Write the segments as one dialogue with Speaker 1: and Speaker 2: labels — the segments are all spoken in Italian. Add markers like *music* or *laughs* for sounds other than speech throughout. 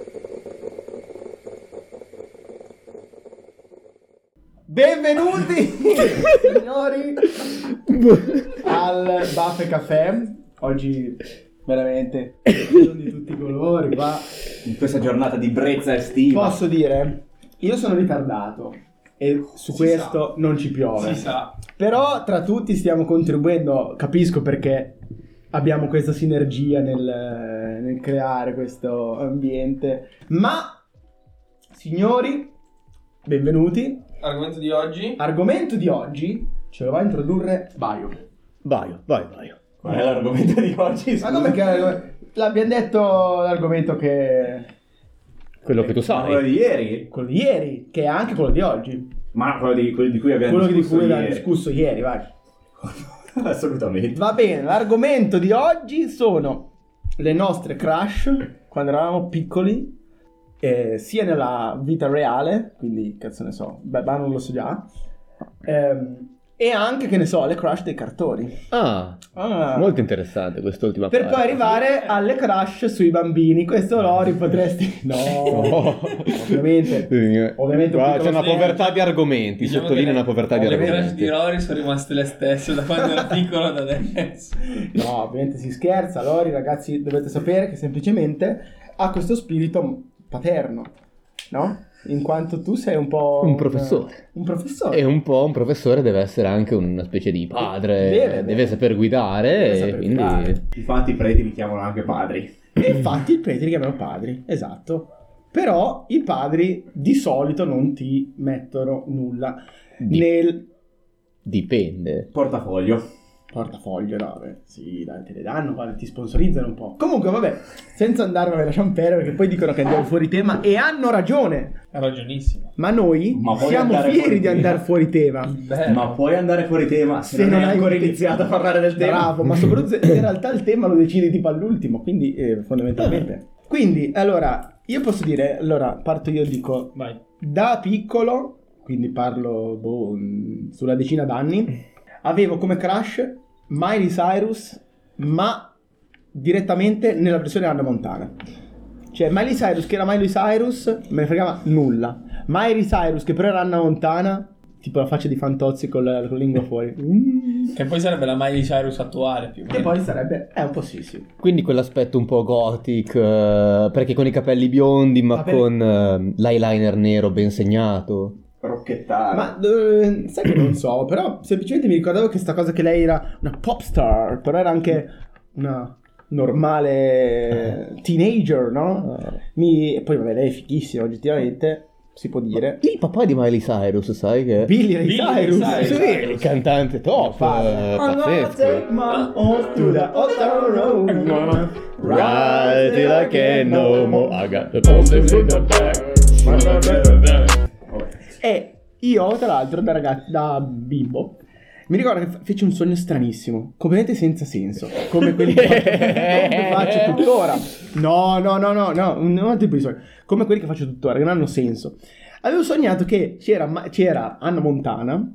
Speaker 1: *laughs*
Speaker 2: Benvenuti, signori, al Baffe Caffè. Oggi veramente sono di tutti i colori qua.
Speaker 3: in questa giornata di brezza estiva.
Speaker 2: Posso dire, io sono ritardato e su
Speaker 1: Si
Speaker 2: questo non ci piove.
Speaker 1: Si sa.
Speaker 2: Però tra tutti stiamo contribuendo, capisco perché abbiamo questa sinergia nel, nel creare questo ambiente. Ma, signori, benvenuti.
Speaker 1: Argomento di oggi?
Speaker 2: Argomento di oggi ce lo va a introdurre Baio.
Speaker 4: Vai, vai, vai.
Speaker 3: Qual è l'argomento di oggi?
Speaker 2: Ma
Speaker 3: scusa?
Speaker 2: come che l'abbiamo detto l'argomento che
Speaker 4: Quello che tu
Speaker 3: Ma quello
Speaker 4: sai.
Speaker 3: di ieri?
Speaker 2: quello di ieri, che è anche quello di oggi.
Speaker 3: Ma quello di, quello di cui abbiamo
Speaker 2: Quello di
Speaker 3: discusso
Speaker 2: cui abbiamo
Speaker 3: ieri.
Speaker 2: discusso ieri, vai.
Speaker 3: *laughs* Assolutamente.
Speaker 2: Va bene, l'argomento di oggi sono le nostre crush quando eravamo piccoli, eh, sia nella vita reale, quindi cazzo ne so, beh, ma non lo so già, ehm, e anche che ne so, le crush dei cartoni.
Speaker 4: Ah,
Speaker 2: Ah.
Speaker 4: molto interessante quest'ultima
Speaker 2: Per poi
Speaker 4: parte.
Speaker 2: arrivare alle crush sui bambini. Questo Lori potresti.
Speaker 4: *laughs* No.
Speaker 2: ovviamente.
Speaker 4: Oh. Sì.
Speaker 2: Ovviamente un piccolo
Speaker 4: Guarda, c'è una
Speaker 2: studente.
Speaker 4: povertà di argomenti,
Speaker 1: Diciamo
Speaker 4: sottolineo
Speaker 1: che
Speaker 4: una povertà di
Speaker 1: le crash
Speaker 4: argomenti.
Speaker 1: di Rory sono rimaste le stesse da quando ero piccolo ad *laughs* adesso.
Speaker 2: No, ovviamente si scherza. Lori, ragazzi, dovete sapere che semplicemente ha questo spirito paterno, no? In quanto tu sei un po'. Eh,
Speaker 4: Un professore.
Speaker 2: Un professore.
Speaker 4: E un po' un professore deve essere anche una specie di padre,
Speaker 2: Deve,
Speaker 4: deve,
Speaker 2: deve.
Speaker 4: saper guidare
Speaker 2: Deve
Speaker 4: e
Speaker 3: Eh,
Speaker 2: saper
Speaker 4: quindi...
Speaker 2: guidare.
Speaker 3: Infatti i preti mi chiamano anche padri.
Speaker 2: E infatti i preti li chiamano padri, esatto. Però i padri di solito non ti mettono nulla
Speaker 4: Di-
Speaker 2: nel
Speaker 4: Dipende.
Speaker 3: Portafoglio.
Speaker 2: Portafoglio, no, beh, sì, dai, te le danno, guarda, ti sponsorizzano un po'. Comunque, vabbè, senza andarmene lasciamo perdere perché poi dicono che andiamo fuori tema e hanno ragione.
Speaker 1: Ha ragionissimo.
Speaker 2: Ma noi
Speaker 3: Ma vuoi
Speaker 2: siamo
Speaker 3: andare
Speaker 2: fieri
Speaker 3: fuori
Speaker 2: di
Speaker 3: tema?
Speaker 2: andare fuori tema.
Speaker 1: Bello.
Speaker 3: Ma puoi andare fuori tema se, non, hai ancora
Speaker 2: un te-
Speaker 3: iniziato a parlare del tema.
Speaker 2: Bravo, ma soprattutto se- in realtà il tema lo decidi tipo all'ultimo, quindi eh, fondamentalmente. Quindi, allora, io posso dire, allora, parto io e dico,
Speaker 1: Vai.
Speaker 2: da piccolo, quindi parlo boh, mh, sulla decina d'anni, avevo come crush Miley Cyrus, ma direttamente nella versione Anna Montana. Cioè Miley Cyrus che era Miley Cyrus me ne fregava nulla. Miley Cyrus che però era Anna Montana, tipo la faccia di Fantozzi col- con la, lingua fuori. Mm.
Speaker 1: Che poi sarebbe la Miley Cyrus attuale più o meno.
Speaker 2: E poi sarebbe... È Eh, un po' sì sì.
Speaker 4: Quindi quell'aspetto un po' gothic, eh, perché con i capelli biondi ma
Speaker 2: Ma per-
Speaker 4: con eh, l'eyeliner nero ben segnato.
Speaker 3: Rocchettare.
Speaker 2: Ma eh, sai che non so, però semplicemente mi ricordavo che sta cosa che lei era una pop star, però era anche una normale teenager, no? Mi- e poi vabbè, lei è fighissima oggettivamente, si può dire.
Speaker 4: Il papà di Miley Cyrus, sai che...
Speaker 2: Billy Ray
Speaker 1: Billy Ray
Speaker 2: Cyrus,
Speaker 1: Cyrus.
Speaker 2: sì. Oh,
Speaker 4: il cantante top, eh, pazzesco. Ride till I can no more. I got the pulses in the back.
Speaker 3: Vabbè.
Speaker 2: E io, tra l'altro, da, ragazzo, da bimbo, mi ricordo che fe- feci un sogno stranissimo, completamente senza senso, come quelli che che faccio tuttora. No, no, no, no, no, un un altro tipo di sogno, come quelli che faccio tuttora, che non hanno senso. Avevo sognato che c'era, Ma- c'era Anna Montana,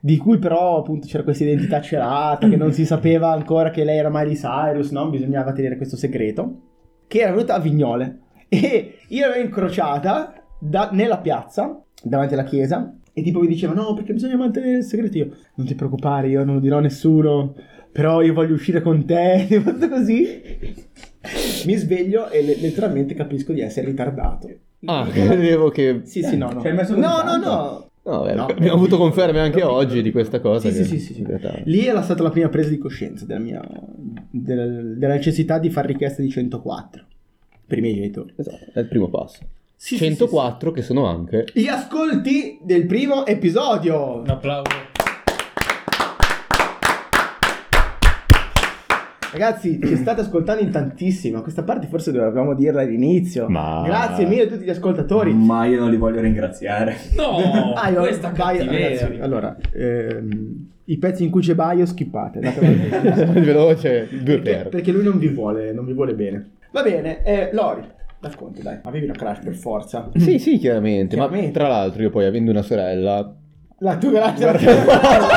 Speaker 2: di cui però appunto c'era questa identità celata, che non si sapeva ancora che lei era Miley Cyrus, no? Bisognava tenere questo segreto, che era venuta a Vignole. E io l'avevo incrociata da- nella piazza, davanti alla chiesa, e tipo mi diceva, no, perché bisogna mantenere il segreto. Io, non ti preoccupare, io non lo dirò a nessuno, però io voglio uscire con te, *laughs* e fatto così. Mi sveglio e le- letteralmente capisco di essere ritardato. *laughs*
Speaker 4: Ah, *laughs* credevo che...
Speaker 2: Sì, sì, no, no.
Speaker 3: Ci hai messo
Speaker 2: no, no,
Speaker 3: tanto?
Speaker 2: no.
Speaker 4: No, beh,
Speaker 2: No.
Speaker 4: abbiamo avuto conferme anche oggi di questa cosa.
Speaker 2: Sì,
Speaker 4: che-
Speaker 2: sì, sì, sì.
Speaker 4: in realtà-
Speaker 2: Lì era stata la prima presa di coscienza della, mia, del- della necessità di fare richiesta di 104 per i miei genitori.
Speaker 4: Esatto, è il primo passo.
Speaker 2: Sì, sì,
Speaker 4: 104 che sono anche... *laughs*
Speaker 2: sì, sì. Gli ascolti del primo episodio.
Speaker 1: Un applauso.
Speaker 2: Ragazzi, ci state ascoltando in tantissima. Questa parte forse dovevamo dirla all'inizio.
Speaker 4: Ma-
Speaker 2: Grazie mille a tutti gli ascoltatori.
Speaker 3: Ma io non li voglio ringraziare.
Speaker 2: *laughs*
Speaker 1: *laughs* No,
Speaker 2: Ah, io-
Speaker 1: questa
Speaker 2: Baio- ragazzi,
Speaker 1: cattiveria.
Speaker 2: allora, ehm, i pezzi in cui c'è Baio schippate.
Speaker 4: Veloce, due
Speaker 2: perché,
Speaker 4: per.
Speaker 2: perché lui non vi vuole, non vi vuole bene. Va bene, eh, Lori, racconti dai. Avevi una crash per forza.
Speaker 4: Sì, sì, chiaramente. Ma
Speaker 2: Chiaramente.
Speaker 4: tra l'altro io poi, avendo una sorella,
Speaker 2: La tua grazie. *laughs*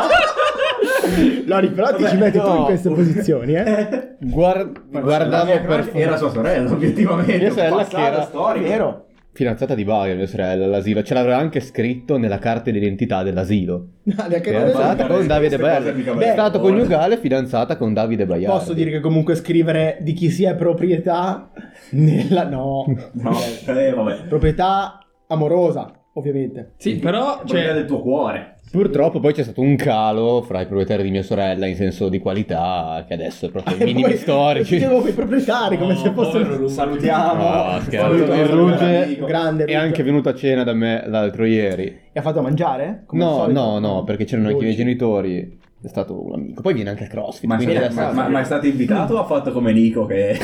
Speaker 2: Lori, però ti
Speaker 3: Vabbè,
Speaker 2: ci metti tu in
Speaker 4: no.
Speaker 2: queste posizioni, eh?
Speaker 3: *laughs*
Speaker 4: guar-
Speaker 3: La
Speaker 4: guardavo
Speaker 3: mia
Speaker 4: per...
Speaker 3: crush Era sua sorella, obiettivamente.
Speaker 4: Mia sorella
Speaker 3: Passato,
Speaker 4: che
Speaker 2: *laughs*
Speaker 4: era-
Speaker 3: storico.
Speaker 2: Vero.
Speaker 4: Fidanzata di Baia, mia sorella, all'asilo. Ce l'aveva anche scritto nella carta d'identità dell'asilo. Fidanzata
Speaker 3: guardare
Speaker 4: con Davide
Speaker 3: queste cose
Speaker 4: Baia.
Speaker 3: mica oh,
Speaker 4: Beh,
Speaker 3: belle.
Speaker 4: Stato coniugale, fidanzata con Davide Baia.
Speaker 2: Posso dire che comunque scrivere di chi sia proprietà nella... no.
Speaker 3: No, eh, vabbè.
Speaker 2: proprietà amorosa, ovviamente.
Speaker 1: Sì, però,
Speaker 3: Cioè,
Speaker 1: cioè,
Speaker 3: del tuo cuore.
Speaker 4: Purtroppo poi c'è stato un calo fra i proprietari di mia sorella in senso di qualità, che adesso
Speaker 2: *laughs*
Speaker 4: è proprio ai minimi
Speaker 2: Poi- *laughs*
Speaker 4: storici.
Speaker 2: Dicevo i proprietari come
Speaker 1: no,
Speaker 2: se
Speaker 1: Oh, povero
Speaker 2: fossero...
Speaker 1: Luca.
Speaker 3: Salutiamo.
Speaker 4: No, scherzo.
Speaker 3: Saluto
Speaker 4: Il
Speaker 3: nostro
Speaker 4: Ruge
Speaker 3: amico.
Speaker 2: Grande.
Speaker 4: È anche venuto a cena da me l'altro ieri.
Speaker 2: E ha fatto a mangiare? Come al
Speaker 4: No,
Speaker 2: solito?
Speaker 4: no, no, perché c'erano anche i miei
Speaker 2: Dolci.
Speaker 4: genitori. È stato un amico. Poi viene anche il CrossFit.
Speaker 3: Ma,
Speaker 4: quindi
Speaker 3: sei-
Speaker 4: adesso-
Speaker 3: ma- ma- ma è stato invitato o ha fatto come Nico che...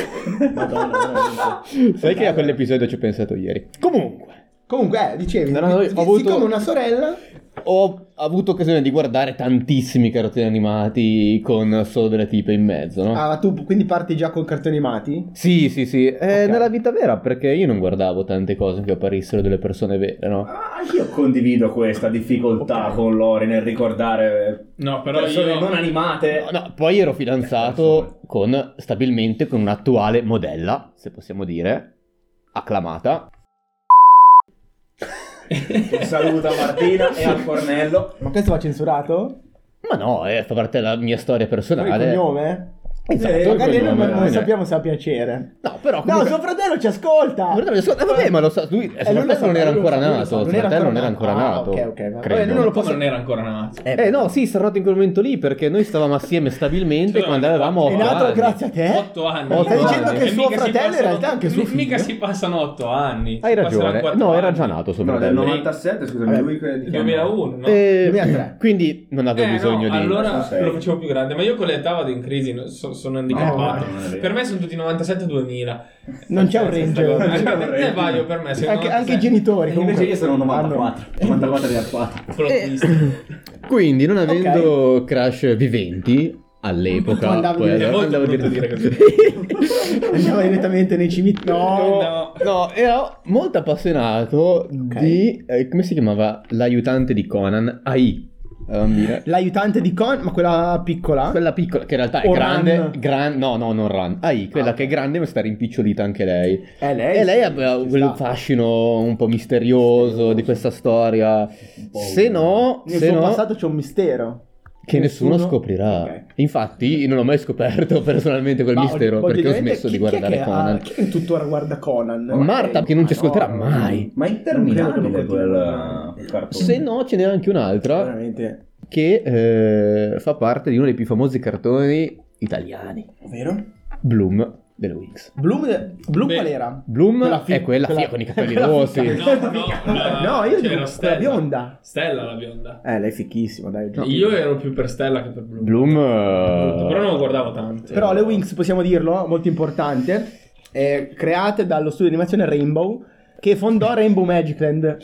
Speaker 2: Madonna, veramente.
Speaker 4: *laughs* Sai che a quell'episodio ci ho pensato ieri. Comunque.
Speaker 2: Comunque, eh, dicevi,
Speaker 4: No, no, no,
Speaker 2: di-
Speaker 4: ho
Speaker 2: di-
Speaker 4: avuto-
Speaker 2: siccome una sorella...
Speaker 4: Ho avuto occasione di guardare tantissimi cartoni animati con solo delle tipe in mezzo, no?
Speaker 2: Ah, tu quindi parti già con cartoni animati?
Speaker 4: Sì, sì, sì. Eh,
Speaker 2: Ok.
Speaker 4: Nella vita vera, perché io non guardavo tante cose che apparissero delle persone vere, no?
Speaker 3: Ah, io condivido questa difficoltà con Lori nel ricordare
Speaker 1: No, però
Speaker 3: persone
Speaker 1: io...
Speaker 3: non
Speaker 2: Eh.
Speaker 3: animate.
Speaker 4: No, no, poi ero fidanzato con, stabilmente con un'attuale modella, se possiamo dire, acclamata.
Speaker 3: Un saluto a Martina e al Cornello.
Speaker 2: Ma questo va censurato?
Speaker 4: Ma no, eh, fa parte della mia storia
Speaker 2: Però il
Speaker 4: personale.
Speaker 2: cognome?
Speaker 4: Esatto,
Speaker 3: Eh,
Speaker 4: il
Speaker 2: Magari noi
Speaker 4: cognome,
Speaker 2: non, non
Speaker 4: eh.
Speaker 2: sappiamo se ha piacere.
Speaker 4: No, però
Speaker 2: No,
Speaker 4: comunque...
Speaker 2: suo fratello ci ascolta!
Speaker 4: Guardate, ascolta, eh, vabbè, ma lo sa, lui, eh, suo
Speaker 2: lui lo
Speaker 4: fratello
Speaker 2: sa,
Speaker 4: non era
Speaker 2: lui lo
Speaker 4: ancora
Speaker 2: sa, lui lo
Speaker 4: nato,
Speaker 2: sa,
Speaker 4: suo
Speaker 2: non era
Speaker 4: fratello non era
Speaker 2: ancora
Speaker 4: ancora
Speaker 2: nato.
Speaker 4: nato.
Speaker 2: Ah, ok, ok, va
Speaker 4: credo.
Speaker 2: bene, non lo
Speaker 1: Come non era ancora nato?
Speaker 4: Eh no, sì, sono nato in quel momento lì perché noi stavamo assieme stabilmente
Speaker 1: Cioè,
Speaker 4: quando avevamo
Speaker 2: È
Speaker 4: otto
Speaker 2: nato
Speaker 4: anni.
Speaker 2: grazie a te?
Speaker 1: 8 anni.
Speaker 4: Otto
Speaker 1: Stai
Speaker 4: anni.
Speaker 1: dicendo che
Speaker 2: E
Speaker 1: suo
Speaker 2: mica si
Speaker 1: fratello era
Speaker 2: passano-
Speaker 1: in realtà anche suo
Speaker 2: mi-
Speaker 1: figlio.
Speaker 2: mica si
Speaker 1: si passano 8 anni.
Speaker 4: Hai ragione. No, era già nato suo
Speaker 3: No, del
Speaker 4: fratello.
Speaker 3: 97, scusami,
Speaker 2: Vabbè,
Speaker 3: lui che... di che anno?
Speaker 1: 2001, no?
Speaker 4: Eh,
Speaker 2: 2003.
Speaker 4: quindi non avevo
Speaker 1: Eh,
Speaker 4: bisogno
Speaker 1: no,
Speaker 4: di...
Speaker 1: allora
Speaker 3: Sei.
Speaker 1: lo facevo più grande, ma io con l'età vado in crisi, no- so- sono handicappato.
Speaker 3: no, non è vero.
Speaker 1: per me sono tutti 97-2000.
Speaker 2: Non c'è un
Speaker 1: Senza
Speaker 2: range.
Speaker 1: cosa.
Speaker 2: Non
Speaker 3: c'è un
Speaker 1: Anche-
Speaker 3: range.
Speaker 1: eh, vai, io per me, sei
Speaker 2: Anche,
Speaker 1: 97.
Speaker 2: anche i genitori.
Speaker 3: E invece
Speaker 2: comunque.
Speaker 3: io sono
Speaker 2: Hanno-
Speaker 3: 94. 94 di Arquato.
Speaker 1: Plot twist.
Speaker 4: Quindi, non avendo crash viventi all'epoca,
Speaker 2: Tu andavi
Speaker 4: poi-
Speaker 2: dire-
Speaker 1: È molto
Speaker 4: andavo a
Speaker 1: brutto dire così.
Speaker 2: Andava direttamente nei cimiteri. No,
Speaker 1: *laughs* No.
Speaker 4: No, ero molto appassionato di eh, come si chiamava l'aiutante di Conan, AI, la bambina.
Speaker 2: L'aiutante di Con, ma quella piccola?
Speaker 4: Quella piccola che in realtà è
Speaker 2: O Ran.
Speaker 4: grande, gran- no, no, non Ran. AI, quella
Speaker 2: Ah.
Speaker 4: che è grande ma sta rimpicciolita anche lei.
Speaker 2: Eh, lei.
Speaker 4: E lei
Speaker 2: sì,
Speaker 4: aveva
Speaker 2: ci
Speaker 4: quel
Speaker 2: sta.
Speaker 4: fascino un po' misterioso di questa storia.
Speaker 3: po'
Speaker 4: Se no,
Speaker 2: Nel
Speaker 4: se
Speaker 2: suo
Speaker 4: no,
Speaker 2: passato c'è un mistero.
Speaker 4: che nessuno,
Speaker 2: nessuno-
Speaker 4: scoprirà.
Speaker 2: Ok.
Speaker 4: Infatti, io non ho mai scoperto *laughs* personalmente quel
Speaker 2: Ma
Speaker 4: mistero
Speaker 2: oggi-
Speaker 4: perché ho
Speaker 2: oggettivamente
Speaker 4: smesso di
Speaker 2: chi- chi è
Speaker 4: guardare
Speaker 2: che ha-
Speaker 4: Conan.
Speaker 2: chi è che tuttora guarda Conan?
Speaker 4: Marta, che non ci
Speaker 2: Ma no,
Speaker 4: ascolterà
Speaker 2: no,
Speaker 4: mai.
Speaker 3: Ma è
Speaker 2: Non
Speaker 3: interminabile
Speaker 2: credo che lo
Speaker 3: quel,
Speaker 2: continui.
Speaker 3: quel cartone.
Speaker 4: Se no, ce n'è anche
Speaker 2: Eh.
Speaker 4: un'altra
Speaker 2: Veramente.
Speaker 4: che eh, fa parte di uno dei più famosi cartoni italiani,
Speaker 2: Vero?
Speaker 4: Bloom delle Wings.
Speaker 2: Bloom, Bloom
Speaker 1: Beh,
Speaker 2: qual era?
Speaker 4: Bloom
Speaker 2: Quella fi-
Speaker 4: è quella,
Speaker 2: quella-
Speaker 4: fia con i capelli
Speaker 2: quella
Speaker 4: rossi.
Speaker 2: *laughs* figa.
Speaker 1: No, no, la-
Speaker 2: No, io
Speaker 1: c'era
Speaker 2: dico
Speaker 1: Stella.
Speaker 2: quella bionda.
Speaker 1: Stella la bionda.
Speaker 2: Eh, lei è fichissima, dai. giù.
Speaker 1: Io ero più per Stella che per Bloom.
Speaker 4: Bloom, eh,
Speaker 1: Però non lo guardavo tanto.
Speaker 2: Però le Wings, possiamo dirlo, molto importante, eh, create dallo studio di animazione Rainbow, che fondò Rainbow Magic Land,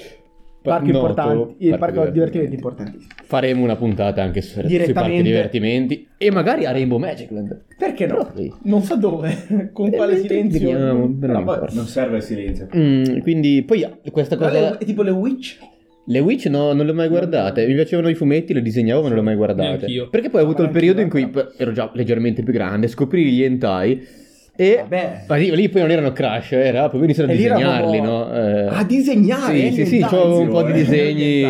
Speaker 2: parco,
Speaker 4: noto,
Speaker 2: importante, il
Speaker 4: parco
Speaker 2: parco, divertimenti
Speaker 4: divertimenti.
Speaker 2: importantissimo.
Speaker 4: faremo una puntata anche su, sui parchi
Speaker 2: Direttamente.
Speaker 4: divertimenti e magari a Rainbow Magic Land.
Speaker 2: Perché no?
Speaker 4: Proprio.
Speaker 2: Non so dove, *laughs* con
Speaker 4: Eh,
Speaker 2: quale
Speaker 4: mentre
Speaker 2: silenzio.
Speaker 4: giriamo, non
Speaker 2: Però,
Speaker 4: importa.
Speaker 2: vabbè.
Speaker 3: Non serve il silenzio.
Speaker 4: Mm, quindi poi questa
Speaker 2: Però
Speaker 4: cosa
Speaker 2: le- è tipo le Witch.
Speaker 4: le Witch no, non le ho mai guardate mi piacevano i fumetti le disegnavo ma non le ho mai guardate
Speaker 1: Neanch'io.
Speaker 4: perché poi ho avuto
Speaker 2: Ma
Speaker 4: il periodo in
Speaker 2: neanch'io,
Speaker 4: cui p- ero già leggermente più grande scoprì gli hentai e
Speaker 3: Eh,
Speaker 2: Vabbè.
Speaker 4: ma lì, lì poi non erano crash era proprio iniziato a
Speaker 2: E lì era
Speaker 4: disegnarli
Speaker 2: proprio-
Speaker 4: no? Eh,
Speaker 2: A disegnare?
Speaker 4: sì
Speaker 2: eh,
Speaker 4: sì sì
Speaker 2: nient'altro.
Speaker 4: c'ho un po' di
Speaker 3: eh,
Speaker 4: disegni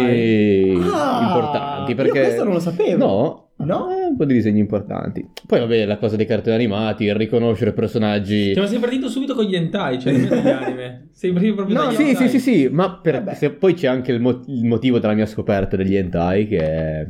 Speaker 2: Ah,
Speaker 4: importanti
Speaker 2: io
Speaker 4: perché
Speaker 2: questo non lo sapevo.
Speaker 4: no
Speaker 2: No?
Speaker 4: Eh, un po' di disegni importanti poi vabbè la cosa dei cartoni animati il riconoscere personaggi
Speaker 1: Cioè, ma sei partito subito con gli hentai,
Speaker 3: *laughs*
Speaker 1: cioè non gli anime. Sei partito proprio
Speaker 2: No,
Speaker 1: dagli
Speaker 4: Sì, sì,
Speaker 1: hentai.
Speaker 4: sì, sì, ma per-
Speaker 2: Vabbè.
Speaker 4: se- poi c'è anche il, mo- il motivo della mia scoperta degli hentai che è...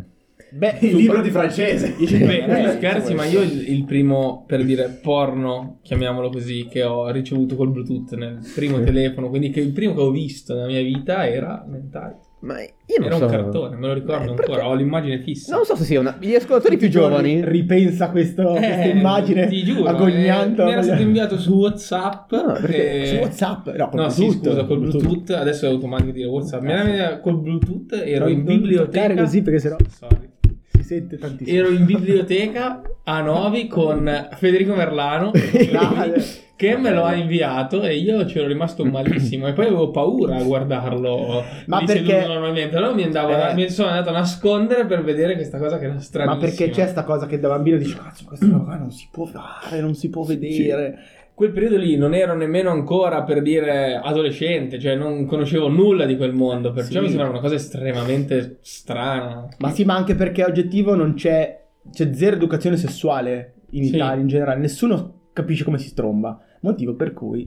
Speaker 2: Beh,
Speaker 3: Il libro di francese. *laughs*
Speaker 1: Beh,
Speaker 2: Eh,
Speaker 1: tu
Speaker 2: questo.
Speaker 1: scherzi, ma io il, il primo, per dire, porno, chiamiamolo così, che ho ricevuto col Bluetooth nel primo telefono, quindi che il primo che ho visto nella mia vita era Mentai.
Speaker 4: Ma io non
Speaker 1: Era
Speaker 4: so...
Speaker 1: un cartone, me lo ricordo
Speaker 4: Eh, perché-
Speaker 1: ancora, ho l'immagine fissa.
Speaker 4: Non so se sia una... Gli ascoltatori più giovani...
Speaker 2: Ripensa questo-
Speaker 1: Eh,
Speaker 2: questa immagine
Speaker 1: ti giuro,
Speaker 2: agognante.
Speaker 1: eh, mi era stato inviato su WhatsApp.
Speaker 4: Ah,
Speaker 2: perché
Speaker 1: eh,
Speaker 2: su WhatsApp? No, col
Speaker 1: sì,
Speaker 2: Bluetooth,
Speaker 1: scusa, col
Speaker 2: col
Speaker 1: Bluetooth.
Speaker 2: Bluetooth.
Speaker 1: Adesso è automatico dire WhatsApp. Mi era
Speaker 2: Cazzo.
Speaker 1: venuta col Bluetooth, ero in
Speaker 2: Non
Speaker 1: biblioteca.
Speaker 2: toccare così perché sennò
Speaker 1: Sorry.
Speaker 2: si sente tantissimo.
Speaker 1: Ero in biblioteca a Novi con Federico Merlano
Speaker 2: *laughs* Dai.
Speaker 1: che me lo ha inviato e io c'ero rimasto malissimo e poi avevo paura a guardarlo
Speaker 2: Ma
Speaker 1: lì
Speaker 2: perché-
Speaker 1: seduto normalmente allora mi, andavo,
Speaker 2: Eh.
Speaker 1: mi sono andato a nascondere per vedere questa cosa che era stranissima
Speaker 2: Mm. Ma perché c'è sta cosa che da bambino dici cazzo questa roba qua non si può fare, non si può vedere.
Speaker 1: quel periodo lì non ero nemmeno ancora per dire adolescente, cioè non conoscevo nulla di quel mondo, perciò
Speaker 2: Sì.
Speaker 1: mi sembrava una cosa estremamente strana.
Speaker 2: Ma sì, ma anche perché oggettivo non c'è, c'è zero educazione sessuale in
Speaker 1: Sì.
Speaker 2: Italia in generale, nessuno capisce come si stromba, motivo per cui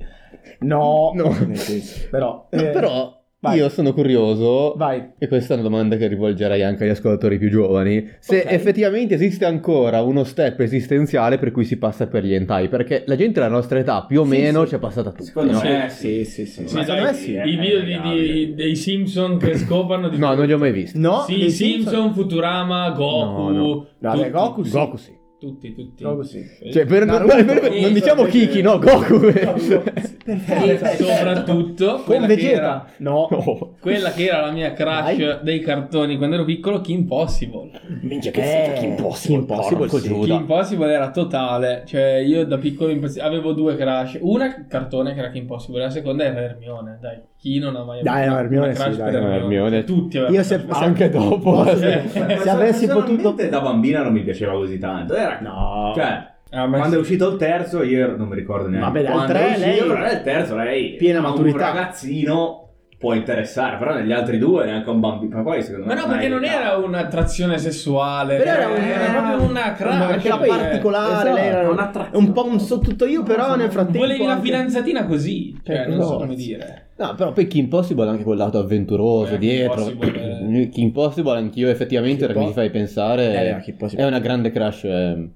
Speaker 2: no,
Speaker 4: No.
Speaker 2: nel senso, però,
Speaker 4: No,
Speaker 2: eh,
Speaker 4: però
Speaker 2: vai.
Speaker 4: io sono curioso.
Speaker 2: vai,
Speaker 4: E questa è una domanda che rivolgerei anche agli ascoltatori più giovani. Se
Speaker 2: Ok.
Speaker 4: effettivamente esiste ancora uno step esistenziale per cui si passa per gli hentai, perché la gente della nostra età più o
Speaker 2: Sì,
Speaker 4: meno
Speaker 2: sì.
Speaker 4: ci è passata tutti,
Speaker 3: Secondo
Speaker 4: no?
Speaker 3: me
Speaker 2: Sì, Eh, sì, sì.
Speaker 3: Ma
Speaker 2: Sì,
Speaker 3: dai,
Speaker 2: secondo me sì.
Speaker 3: eh,
Speaker 1: I video di-
Speaker 3: dai. *laughs*
Speaker 1: di- dei Simpson che scopano di
Speaker 4: No, non li ho mai visti.
Speaker 2: no,
Speaker 1: Sì,
Speaker 2: nei
Speaker 1: Simpson, Futurama, Goku,
Speaker 4: No, no.
Speaker 2: Vabbè,
Speaker 1: tutti,
Speaker 2: Goku sì.
Speaker 4: Goku sì.
Speaker 1: tutti, tutti.
Speaker 2: Goku sì.
Speaker 4: Cioè, per-
Speaker 2: Naruto,
Speaker 4: per- *laughs* per-
Speaker 1: sì,
Speaker 4: non diciamo
Speaker 1: sì, sì.
Speaker 4: Kiki, no, Goku.
Speaker 1: E
Speaker 2: Perfetto.
Speaker 1: soprattutto
Speaker 2: Con
Speaker 1: quella che,
Speaker 2: Vegeta.
Speaker 1: era, *laughs*
Speaker 2: No.
Speaker 1: quella che era la mia crush
Speaker 2: Dai.
Speaker 1: dei cartoni quando ero piccolo, Kim Possible.
Speaker 4: Minchia
Speaker 2: che Eh, sento, Kim Possible, Kim Possible, porco sì. Giuda.
Speaker 1: Kim Possible era totale, cioè io da piccolo impazz- avevo due crush, una cartone che era Kim Possible, la seconda era Hermione, dai, chi non ha mai avuto
Speaker 2: Dai, no,
Speaker 1: una
Speaker 2: Hermione
Speaker 1: crush
Speaker 2: sì,
Speaker 1: per
Speaker 2: dai,
Speaker 4: no,
Speaker 1: Hermione? Cioè,
Speaker 4: Hermione.
Speaker 1: Tutti avevano
Speaker 2: Io se, se-
Speaker 4: Anche dopo.
Speaker 2: Posso-
Speaker 1: Eh.
Speaker 2: se avessi potuto
Speaker 3: Personalmente da bambina non mi piaceva così tanto. Era...
Speaker 2: No.
Speaker 3: Cioè,
Speaker 1: Ah, ma
Speaker 3: quando è
Speaker 1: sì.
Speaker 3: uscito il terzo, io ero- non mi ricordo neanche.
Speaker 2: Vabbè, dal
Speaker 3: Quando
Speaker 2: tre
Speaker 3: è uscito,
Speaker 2: lei-
Speaker 3: però era il terzo, lei
Speaker 2: Piena
Speaker 3: a
Speaker 2: maturità.
Speaker 3: Un ragazzino può interessare, però negli altri due neanche un bambino. Ma poi secondo
Speaker 1: Ma
Speaker 3: me
Speaker 1: no, perché non
Speaker 3: merita.
Speaker 1: era un'attrazione sessuale,
Speaker 2: Però era
Speaker 1: era,
Speaker 2: un-
Speaker 1: proprio una crush.
Speaker 2: perché era
Speaker 1: cioè,
Speaker 2: particolare,
Speaker 3: esatto,
Speaker 2: lei era
Speaker 3: un'attrazione.
Speaker 2: è un po' un so tutto io, però nel frattempo
Speaker 1: Volevi la
Speaker 2: anche-
Speaker 1: fidanzatina così, cioè,
Speaker 2: Eh,
Speaker 1: non so
Speaker 2: forza.
Speaker 1: come dire.
Speaker 4: No, Ah, però poi Kim Possible ha anche quel lato avventuroso
Speaker 1: Eh, Kim
Speaker 4: dietro. *clears throat*
Speaker 1: Possible,
Speaker 4: Kim Possible anch'io effettivamente,
Speaker 2: Kim
Speaker 4: perché mi
Speaker 2: Po-
Speaker 4: fai pensare,
Speaker 2: Eh, no, chi può-
Speaker 4: è una grande crush eh,
Speaker 1: Io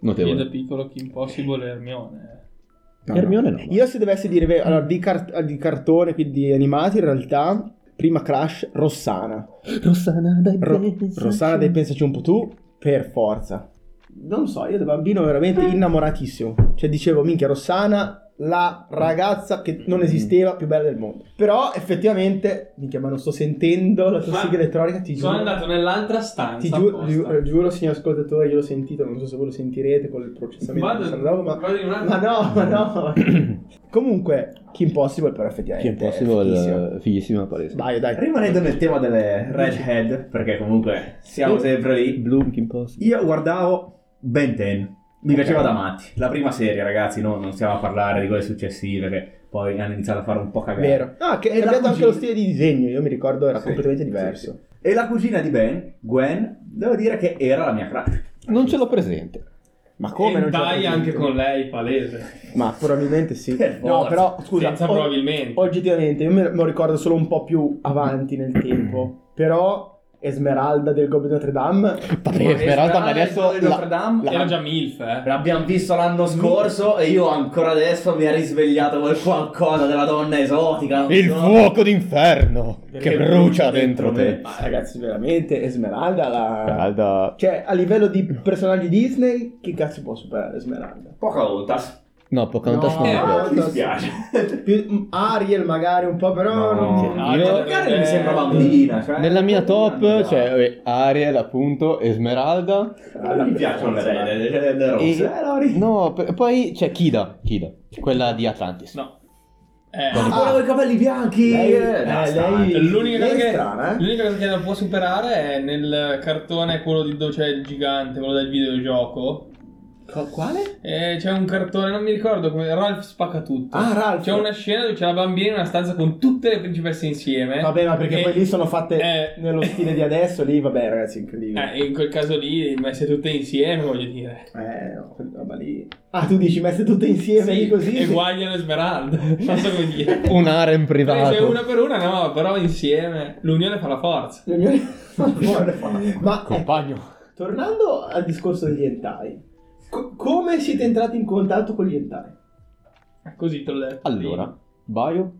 Speaker 4: notevole.
Speaker 1: da piccolo Kim Possible e Hermione.
Speaker 2: No,
Speaker 4: Hermione no.
Speaker 2: Io se dovessi dire beh, allora, di, car- di cartone, quindi animati, in realtà, prima Crash, Rossana.
Speaker 4: Rossana dai
Speaker 2: Ro- Rossana dei Pensaci un po' tu, per forza. Non so, io da bambino veramente innamoratissimo. Cioè dicevo, minchia, Rossana, la ragazza che
Speaker 1: Mm.
Speaker 2: non esisteva più bella del mondo. Però effettivamente, minchia, ma non sto sentendo la tua
Speaker 1: Ma-
Speaker 2: sigla elettronica, ti giuro.
Speaker 1: Sono andato nell'altra stanza.
Speaker 2: Ti giuro,
Speaker 1: apposta.
Speaker 2: giuro, giuro, signor ascoltatore, io l'ho sentito, non so se voi lo sentirete con il processamento di questa roba,
Speaker 1: Vado,
Speaker 2: ma
Speaker 1: vado in un'altra
Speaker 2: ma no, ma no. *clears throat* Comunque, Kim Possible però effettivamente.
Speaker 4: Kim
Speaker 2: è fighissimo.
Speaker 4: Possible, eh, fighissima palese.
Speaker 2: Dai, dai.
Speaker 3: Rimanendo nel tema delle redhead, perché comunque siamo sempre lì.
Speaker 4: Bloom Kim Possible.
Speaker 3: Io guardavo Ben 10. Mi
Speaker 2: Ok.
Speaker 3: piaceva da matti. La prima serie, ragazzi, no, non stiamo a parlare di quelle successive che poi hanno iniziato a fare un po' cagare.
Speaker 2: Vero. Ah, che è
Speaker 3: E la
Speaker 2: cambiato anche
Speaker 3: cugina-
Speaker 2: lo stile di disegno, io mi ricordo era
Speaker 3: Sì,
Speaker 2: completamente
Speaker 3: sì,
Speaker 2: diverso.
Speaker 3: E la cugina di Ben, Gwen, devo dire che era la mia crush.
Speaker 4: Non ce l'ho presente.
Speaker 2: Ma
Speaker 1: Come
Speaker 2: come non c'era
Speaker 1: dai
Speaker 2: presente?
Speaker 1: anche con lei, palese.
Speaker 2: Ma probabilmente sì.
Speaker 3: *laughs* Per
Speaker 2: no,
Speaker 3: forza.
Speaker 2: però scusa,
Speaker 1: Senza
Speaker 2: o-
Speaker 1: probabilmente.
Speaker 2: oggettivamente io me me lo ricordo solo un po' più avanti nel tempo, però Esmeralda del Goblin di Notre Dame
Speaker 4: Vabbè, Esmeralda, ma adesso
Speaker 3: di
Speaker 4: la-
Speaker 3: ah, Notre Dame
Speaker 4: la-
Speaker 1: Era già MILF, eh.
Speaker 3: L'abbiamo visto l'anno scorso e io ancora adesso mi ha risvegliato quel qualcosa della donna esotica. non
Speaker 4: il
Speaker 3: so.
Speaker 4: fuoco d'inferno
Speaker 2: Perché
Speaker 4: che brucia dentro te.
Speaker 2: Ma ragazzi, veramente Esmeralda la
Speaker 4: Calda.
Speaker 2: Cioè, a livello di personaggi Disney, che cazzo può superare Esmeralda?
Speaker 3: Pocahontas.
Speaker 4: No, Pocahontas
Speaker 2: No,
Speaker 4: non mi
Speaker 1: Eh,
Speaker 4: piace.
Speaker 3: Ah, mi dispiace.
Speaker 2: *laughs* Più- mm, Ariel magari un po', però
Speaker 3: Ah, No,
Speaker 2: non...
Speaker 1: no,
Speaker 4: io-
Speaker 3: Magari mi sembra
Speaker 1: Eh,
Speaker 3: bambina. cioè-
Speaker 4: Nella
Speaker 3: Bambina.
Speaker 4: mia top c'è eh, Ariel, appunto, Esmeralda.
Speaker 2: eh,
Speaker 3: Ah, Non mi piacciono le rene, le, le
Speaker 4: E-
Speaker 3: rosse. Eh, Lori.
Speaker 4: No, per- poi c'è Kida, Kida, quella di Atlantis.
Speaker 1: No. Eh,
Speaker 3: Ah, quella con i capelli bianchi.
Speaker 2: Lei,
Speaker 3: eh,
Speaker 2: eh,
Speaker 3: no, sta-
Speaker 2: lei,
Speaker 1: L'unica
Speaker 2: lei
Speaker 1: cosa
Speaker 2: è
Speaker 1: che-
Speaker 2: strana, eh?
Speaker 1: L'unica cosa che non può superare è nel cartone quello di dove c'è il gigante, quello del videogioco.
Speaker 2: quale?
Speaker 1: Eh, c'è un cartone, non mi ricordo come Ralph spacca tutto.
Speaker 2: Ah, Ralph.
Speaker 1: C'è una scena dove c'è la bambina in una stanza con tutte le principesse insieme.
Speaker 2: Vabbè, ma perché
Speaker 1: E-
Speaker 2: poi lì sono fatte
Speaker 1: eh.
Speaker 2: nello stile di adesso, lì vabbè ragazzi, incredibile.
Speaker 1: Eh, in quel caso lì messe tutte insieme, voglio dire.
Speaker 2: Eh, no, quella roba lì. Ah, tu dici messe tutte insieme lì così?
Speaker 1: E guagliano Esmeralda. Non so come dire.
Speaker 4: Un harem
Speaker 1: Prese
Speaker 4: privato.
Speaker 1: Cioè, una per una, no, però insieme. L'unione fa la forza.
Speaker 2: Le
Speaker 1: *laughs*
Speaker 2: mie-
Speaker 1: Ecco.
Speaker 2: ma eh,
Speaker 4: Compagno.
Speaker 2: tornando al discorso degli hentai, co- come siete entrati in contatto con gli hentai?
Speaker 1: Così te l'ho detto.
Speaker 4: Allora, Baio.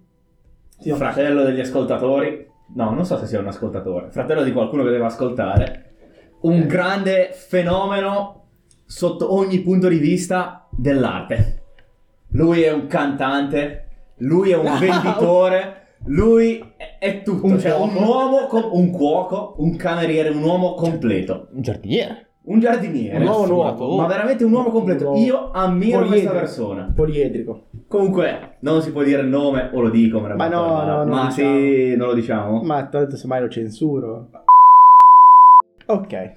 Speaker 2: Sì, no.
Speaker 3: fratello degli ascoltatori. No, non so se sia un ascoltatore. Fratello di qualcuno che deve ascoltare. Un grande fenomeno sotto ogni punto di vista dell'arte. Lui è un cantante, lui è un venditore, lui è, è tutto.
Speaker 2: Un
Speaker 3: cioè, un
Speaker 2: cuoco.
Speaker 3: uomo, com- un cuoco, un cameriere, un uomo completo.
Speaker 4: Un giardiniere.
Speaker 3: Un giardiniere.
Speaker 2: Un uomo
Speaker 4: nuovo.
Speaker 3: Ma veramente Oh, un uomo completo.
Speaker 2: Un uomo.
Speaker 3: Io ammiro questa persona.
Speaker 2: Poliedrico.
Speaker 3: Comunque, non si può dire il nome o lo dico, me ne
Speaker 2: Ma
Speaker 3: batto
Speaker 2: no,
Speaker 3: la-
Speaker 2: no, non
Speaker 3: ma
Speaker 2: lo
Speaker 3: sì, non lo diciamo.
Speaker 2: Ma tanto semmai lo censuro. Ok.
Speaker 3: Andate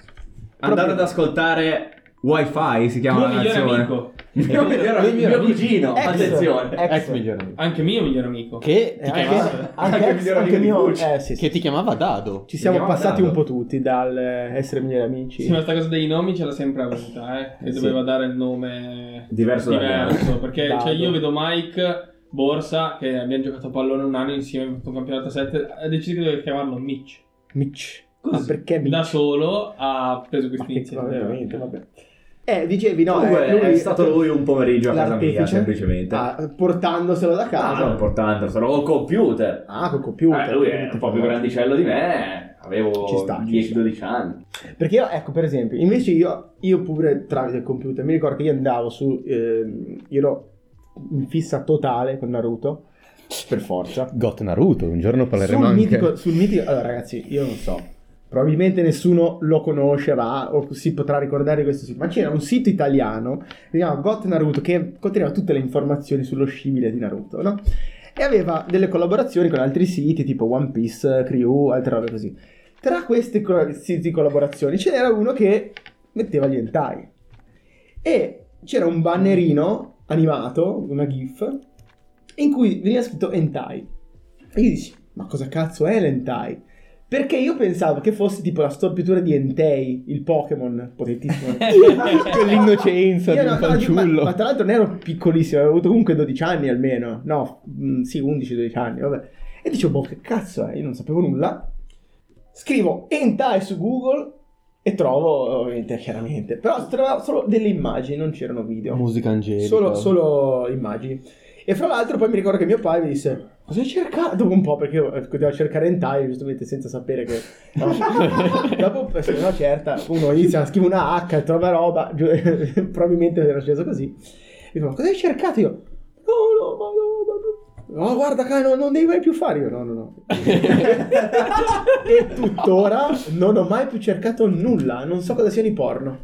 Speaker 2: Proprio-
Speaker 3: ad ascoltare Wi-Fi si chiama
Speaker 1: Tuo
Speaker 3: la
Speaker 1: migliore
Speaker 3: nazione.
Speaker 1: amico.
Speaker 3: Il *laughs* mio migliore amico, mio cugino.
Speaker 2: Eh,
Speaker 5: Ex.
Speaker 3: Attenzione.
Speaker 5: Ex.
Speaker 4: Ex migliore amico.
Speaker 1: Anche mio migliore amico.
Speaker 4: Che ti,
Speaker 2: Eh,
Speaker 4: chiamava,
Speaker 2: anche-
Speaker 3: anche
Speaker 2: anche, anche
Speaker 3: migliore amico di
Speaker 2: mio,
Speaker 3: Gucci.
Speaker 2: eh, sì, sì.
Speaker 4: che ti chiamava Dado.
Speaker 2: Ci siamo
Speaker 3: Andiamo
Speaker 2: passati
Speaker 3: andando.
Speaker 2: un po' tutti dal eh, essere migliori amici.
Speaker 1: Sì, ma sta cosa dei nomi ce l'ha sempre avuta, eh. Che
Speaker 4: Eh, sì.
Speaker 1: doveva dare il nome
Speaker 3: Diverso da
Speaker 1: diverso. Perché
Speaker 2: Dado.
Speaker 1: cioè, io vedo Mike Borsa, che abbiamo giocato a pallone un anno insieme, abbiamo fatto un campionato a 7, ha deciso che doveva chiamarlo Mitch.
Speaker 2: Mitch.
Speaker 1: Così,
Speaker 2: Ma perché Mitch?
Speaker 1: Da solo ha preso
Speaker 2: Ma
Speaker 1: questa
Speaker 2: che-
Speaker 1: iniziativa.
Speaker 2: veramente, vabbè. Eh, dicevi, no,
Speaker 3: Comunque,
Speaker 2: eh, lui-
Speaker 3: è stato lui un pomeriggio a casa mia,
Speaker 2: l'artefice?
Speaker 3: semplicemente.
Speaker 2: Ah, portandoselo da
Speaker 3: Ah,
Speaker 2: casa.
Speaker 3: non importante, sarò un computer.
Speaker 2: Ah, col computer.
Speaker 3: Eh, lui è un po' più grandicello di me, avevo
Speaker 2: Ci sta, ci
Speaker 3: 10-12 anni.
Speaker 2: *laughs* Perché io, ecco, per esempio, invece io, io pure tramite il computer, mi ricordo che io andavo su, ehm, io ero in fissa totale con Naruto, per forza.
Speaker 4: Got Naruto, un giorno
Speaker 2: Sul
Speaker 4: parleremo anche.
Speaker 2: mitico, sul mitico, allora ragazzi, io non so, probabilmente nessuno lo conoscerà o si potrà ricordare di questo sito, ma c'era un sito italiano che si chiamava Got Naruto che conteneva tutte le informazioni sullo scibile di Naruto, no? E aveva delle collaborazioni con altri siti tipo One Piece, Crew, altre robe così. Tra queste co- siti collaborazioni ce n'era uno che metteva gli hentai e c'era un bannerino animato, una gif, in cui veniva scritto hentai. E io dici, ma cosa cazzo è l'hentai? Perché io pensavo che fosse tipo la storpitura di Entei, il Pokémon,
Speaker 4: *laughs*
Speaker 2: potentissimo.
Speaker 4: Quell'innocenza
Speaker 2: Io
Speaker 4: di un
Speaker 2: no, tra l'altro- ma,
Speaker 4: fanciullo.
Speaker 2: ma tra l'altro ne ero piccolissimo, avevo avuto comunque 12 anni almeno. No, mm, sì, 11-12 anni, vabbè. E dicevo, boh, che cazzo è? Io non sapevo nulla. Scrivo hentai su Google e trovo, ovviamente, chiaramente. Però trovavo solo delle immagini, non c'erano video.
Speaker 4: Musica angelica.
Speaker 2: Solo, solo immagini. E fra l'altro poi mi ricordo che mio padre mi disse cosa hai cercato? Dopo un po' perché io eh, continuavo a cercare hentai giustamente senza sapere che... no. Dopo eh, se una certa uno inizia a scrivere una H e trova roba, giu- *laughs* probabilmente era sceso così. Mi fa ma cosa hai cercato? Io no no ma no ma no. No, guarda, cara, non devi mai più fare. Io no, no, no. e tuttora non ho mai più cercato nulla. Non so cosa siano i porno.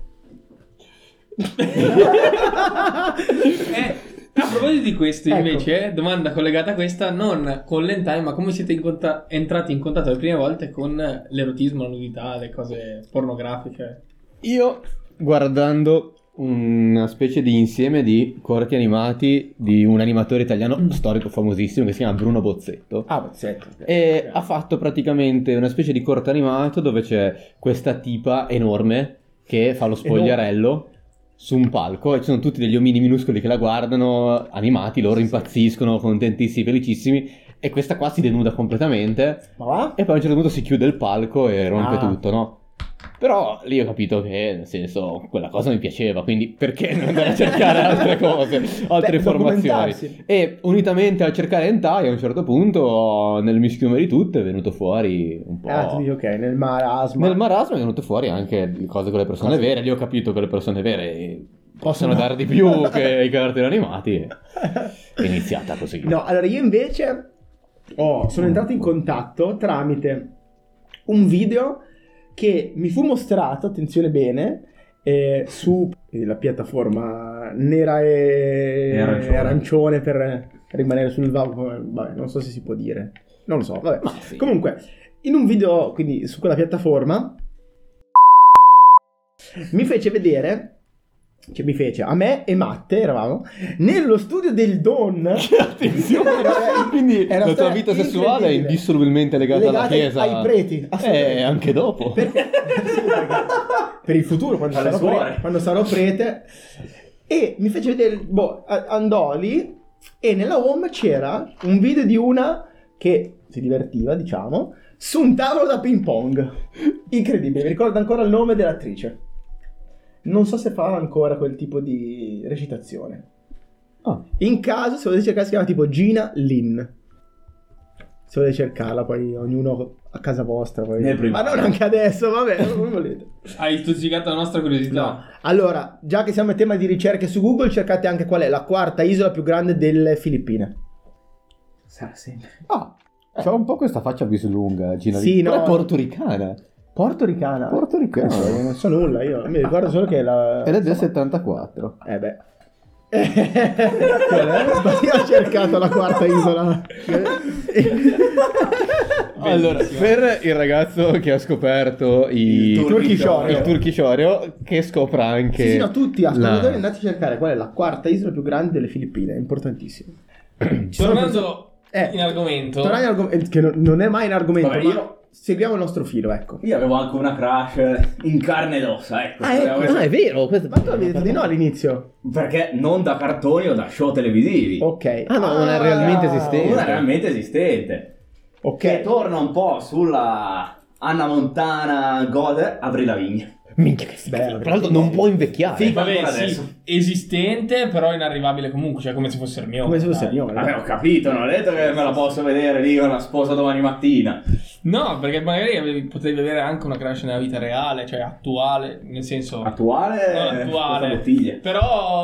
Speaker 1: Eh, a proposito di questo,
Speaker 2: Ecco.
Speaker 1: invece, eh, domanda collegata a questa, non con l'entai, ma come siete in conta- entrati in contatto le prime volte con l'erotismo, la nudità, le cose pornografiche?
Speaker 4: Io guardando una specie di insieme di corti animati di un animatore italiano storico famosissimo che si chiama Bruno Bozzetto.
Speaker 2: Ah, certo.
Speaker 4: E Eh, ha fatto praticamente una specie di corto animato dove c'è questa tipa enorme che fa lo spogliarello su un palco e ci sono tutti degli omini minuscoli che la guardano, animati, loro impazziscono, contentissimi, felicissimi e questa qua si denuda completamente
Speaker 2: Ma va?
Speaker 4: e poi a un certo punto si chiude il palco e rompe
Speaker 2: Ah.
Speaker 4: tutto, no? Però lì ho capito che, nel senso, quella cosa mi piaceva, quindi perché non andare
Speaker 2: *laughs*
Speaker 4: a cercare altre cose, altre
Speaker 2: Beh,
Speaker 4: informazioni?
Speaker 2: documentarsi.
Speaker 4: E unitamente a cercare hentai a un certo punto nel mischiume di tutto è venuto fuori un po'.
Speaker 2: Ah, tu dici, ok, nel marasma.
Speaker 4: Nel marasmo è venuto fuori anche le cose con le persone
Speaker 2: Cose-
Speaker 4: vere, lì ho capito che le persone vere
Speaker 2: Possono-
Speaker 4: possono dare di *laughs* più che i cartoni animati. È iniziata così.
Speaker 2: No, allora io invece ho- sono entrato in contatto tramite un video che mi fu mostrato, attenzione bene, eh, su eh, la piattaforma nera e,
Speaker 3: E arancione.
Speaker 2: arancione per rimanere sul vapo, vabbè, non so se si può dire, non lo so, vabbè.
Speaker 4: Ma sì.
Speaker 2: Comunque, in un video, quindi su quella piattaforma, mi fece vedere, cioè mi fece, a me e Matte eravamo, nello studio del Don.
Speaker 4: Attenzione,
Speaker 2: Era-
Speaker 4: quindi
Speaker 2: era
Speaker 4: la tua
Speaker 2: storia
Speaker 4: vita sessuale è
Speaker 2: incredibile.
Speaker 4: indissolubilmente legata, alla
Speaker 2: Legata
Speaker 4: chiesa.
Speaker 2: ai preti, assolutamente.
Speaker 4: Eh, anche dopo.
Speaker 2: Per, sì, perché- per il futuro, quando
Speaker 3: Alle
Speaker 2: sarò, pre-
Speaker 3: suore.
Speaker 2: quando sarò prete. E mi fece vedere, boh, a- andò lì e nella home c'era un video di una che si divertiva, diciamo, su un tavolo da ping pong. Incredibile, mi ricordo ancora il nome dell'attrice. Non so se fa ancora quel tipo di recitazione.
Speaker 4: Ah.
Speaker 2: In caso, se volete cercare, si chiama tipo Gina Lynn. Se volete cercarla, poi ognuno a casa vostra. Poi...
Speaker 3: Nel
Speaker 2: Ma
Speaker 3: privato.
Speaker 2: non anche adesso, vabbè, come volete.
Speaker 1: Hai stuzzicato la nostra
Speaker 2: No.
Speaker 1: curiosità.
Speaker 2: Allora, già che siamo in tema di ricerche su Google, cercate anche qual è la quarta isola più grande delle Filippine.
Speaker 3: Sarà sempre.
Speaker 4: Ah, c'ha un po' questa faccia bislunga, Gina.
Speaker 2: Sì,
Speaker 4: Lì.
Speaker 2: no.
Speaker 4: Però è portoricana.
Speaker 2: Portoricana.
Speaker 4: Portoricana.
Speaker 2: Non so, non so nulla, io mi ricordo solo che la...
Speaker 4: Ed è del 74.
Speaker 2: Eh beh.
Speaker 4: *laughs*
Speaker 2: Ma io ho cercato la quarta isola.
Speaker 4: Allora, per il ragazzo che ha scoperto i...
Speaker 3: Il turco.
Speaker 2: Turkish Oreo.
Speaker 4: il Turkish Oreo, che scopra anche...
Speaker 2: Sì, sì, no, tutti, ascoltatori,
Speaker 4: la-
Speaker 2: andate a cercare qual è la quarta isola più grande delle Filippine, è
Speaker 4: *clears throat*
Speaker 2: importantissimo. Ci sono
Speaker 1: Tornando
Speaker 2: persone- eh,
Speaker 1: in argomento,
Speaker 2: tornare in argom- eh, che non- non è mai in argomento,
Speaker 3: Vabbè,
Speaker 2: ma
Speaker 3: io-
Speaker 2: seguiamo il nostro filo, ecco.
Speaker 3: Io avevo anche una crash in carne ed ossa, ecco.
Speaker 2: Ah, ecco,
Speaker 4: Ah, è vero, questo...
Speaker 2: Ma tu avevi detto di no all'inizio.
Speaker 3: Perché non da cartoni o da show televisivi.
Speaker 2: Ok.
Speaker 4: Ah, no, non è realmente esistente.
Speaker 3: Una realmente esistente. Che
Speaker 2: Ok.
Speaker 3: torna un po' sulla Anna Montana Goder, Avril Lavigne.
Speaker 4: Minchia che
Speaker 2: Bello,
Speaker 4: figo. Tra l'altro non può invecchiare.
Speaker 3: Sì.
Speaker 1: vabbè,
Speaker 3: ancora
Speaker 1: sì,
Speaker 3: adesso.
Speaker 1: esistente, però inarrivabile comunque, cioè come se fosse Hermione.
Speaker 2: Come se fosse
Speaker 1: dai.
Speaker 2: Hermione.
Speaker 3: Eh, Vabbè, ho capito, non ho detto che me la posso vedere lì con la sposa domani mattina.
Speaker 1: No, perché magari avevi- potevi avere anche una crash nella vita reale, cioè attuale, nel senso...
Speaker 2: Eh,
Speaker 3: Attuale?
Speaker 1: Non attuale.
Speaker 3: Sposa bottiglie.
Speaker 1: Però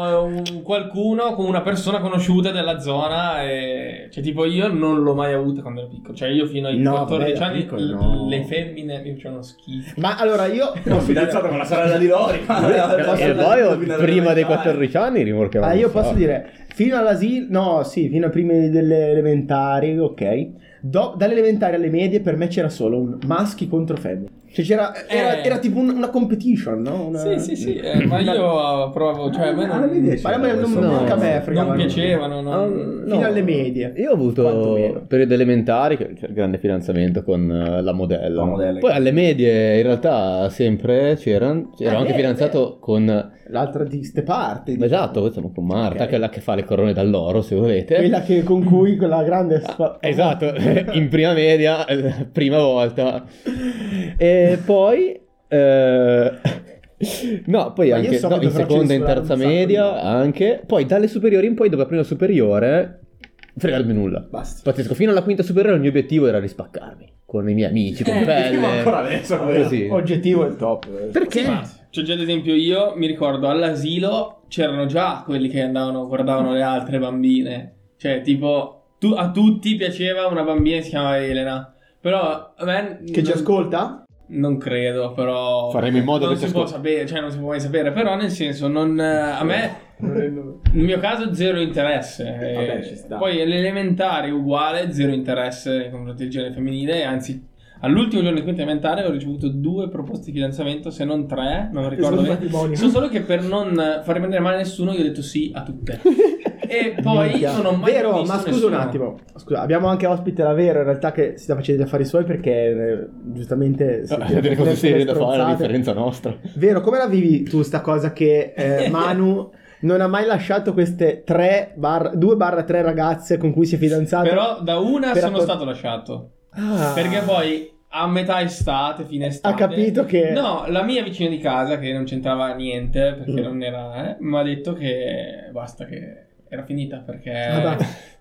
Speaker 1: eh, un- qualcuno con una persona conosciuta della zona, eh, cioè tipo io non l'ho mai avuta quando ero piccolo, cioè io fino ai
Speaker 2: No,
Speaker 1: 14
Speaker 2: vabbè, da
Speaker 1: anni
Speaker 2: piccolo
Speaker 1: l-
Speaker 2: no.
Speaker 1: le femmine mi facevano schifo.
Speaker 2: Ma allora io...
Speaker 3: Ho fidanzato con la sorella di Lori. ma-
Speaker 4: E poi oh, prima dei 14 anni rimorchiamo.
Speaker 2: eh, Ah, io posso dire, fino all'asilo, no, sì, fino a prima delle elementari, ok. Do- dalle elementari alle medie per me c'era solo un maschi contro femmine. Cioè c'era, era,
Speaker 1: Eh.
Speaker 2: era tipo un- una competition, no? Una...
Speaker 1: Sì, sì, sì, eh, ma io provavo, cioè a me
Speaker 2: Ah,
Speaker 3: Alle medie
Speaker 1: non,
Speaker 2: Ma non, non,
Speaker 4: Insomma,
Speaker 2: manca a me, frega,
Speaker 1: non
Speaker 2: ma-
Speaker 1: piacevano. non-
Speaker 2: mm, fino alle medie.
Speaker 4: Ah, Io ho avuto
Speaker 2: Quantomeno.
Speaker 4: periodo elementare, che c'era il grande fidanzamento con eh, la modella.
Speaker 3: La modella.
Speaker 4: Poi alle medie in realtà sempre c'erano, ero
Speaker 2: Eh,
Speaker 4: anche
Speaker 2: eh,
Speaker 4: fidanzato con...
Speaker 2: L'altra di ste parti. di-
Speaker 4: Esatto, insomma, con Marta,
Speaker 2: Ok.
Speaker 4: quella che fa le corone d'alloro se volete.
Speaker 2: Quella che, con cui quella grande...
Speaker 1: Ah,
Speaker 2: spa- *laughs*
Speaker 4: *laughs* Esatto, in prima media, *laughs* eh, prima volta. E poi... eh, No, poi
Speaker 2: Ma io
Speaker 4: anche
Speaker 2: so
Speaker 4: no,
Speaker 2: che
Speaker 4: in
Speaker 2: dovrò
Speaker 4: seconda e in
Speaker 2: censurare un
Speaker 4: terza
Speaker 2: sacco di
Speaker 4: media
Speaker 2: roba.
Speaker 4: anche. Poi dalle superiori in poi, dopo la prima superiore, fregarmi nulla.
Speaker 2: Basta.
Speaker 4: Pazzesco, fino alla quinta superiore il mio obiettivo era rispaccarmi con i miei amici, con
Speaker 3: Eh, io ancora
Speaker 4: pelle.
Speaker 3: adesso.
Speaker 4: Così.
Speaker 2: Oggettivo è il top. eh.
Speaker 4: Perché?
Speaker 1: Sì, ma cioè, già ad esempio io mi ricordo all'asilo c'erano già quelli che andavano, guardavano le altre bambine. Cioè, tipo, tu- a tutti piaceva una bambina che si chiamava Elena. Però a me
Speaker 2: Che ci
Speaker 1: non,
Speaker 2: ascolta?
Speaker 1: non credo, però
Speaker 4: Faremo in modo
Speaker 1: non
Speaker 4: che ci
Speaker 1: si può
Speaker 4: ascolti.
Speaker 1: sapere, cioè non si può mai sapere, però nel senso non a me nel mio caso zero interesse. Eh,
Speaker 2: Vabbè, ci sta.
Speaker 1: Poi l'elementare uguale, zero interesse nei confronti del genere femminile, anzi all'ultimo giorno di quinta elementare ho ricevuto due proposte di fidanzamento, se non tre, non
Speaker 2: Esatto.
Speaker 1: ricordo bene.
Speaker 2: matrimonio.
Speaker 1: Sono solo che per non far rimanere male nessuno io ho detto sì a tutte.
Speaker 2: *laughs*
Speaker 1: E poi
Speaker 2: Minchia.
Speaker 1: non ho mai
Speaker 2: Vero,
Speaker 1: visto
Speaker 2: ma scusa
Speaker 1: nessuno.
Speaker 2: un attimo. Scusa, abbiamo anche ospite la Vero in realtà che si sta facendo gli affari suoi perché eh, giustamente si-
Speaker 4: Ah, delle cose serie da fare, la
Speaker 2: stronzate.
Speaker 4: differenza nostra.
Speaker 2: Vero, come la vivi tu sta cosa che
Speaker 1: *laughs*
Speaker 2: eh, Manu non ha mai lasciato queste 2 barra 3 ragazze con cui si è fidanzato?
Speaker 1: Però da una
Speaker 2: Ah, Per
Speaker 1: sono
Speaker 2: accor-
Speaker 1: stato lasciato.
Speaker 2: Ah.
Speaker 1: Perché poi a metà estate, fine estate.
Speaker 2: ha capito che
Speaker 1: Ah, No, la mia vicina di casa, che non c'entrava niente perché
Speaker 2: Mm.
Speaker 1: non era, eh, mi ha detto che basta, che era finita perché,
Speaker 2: Ah, dai.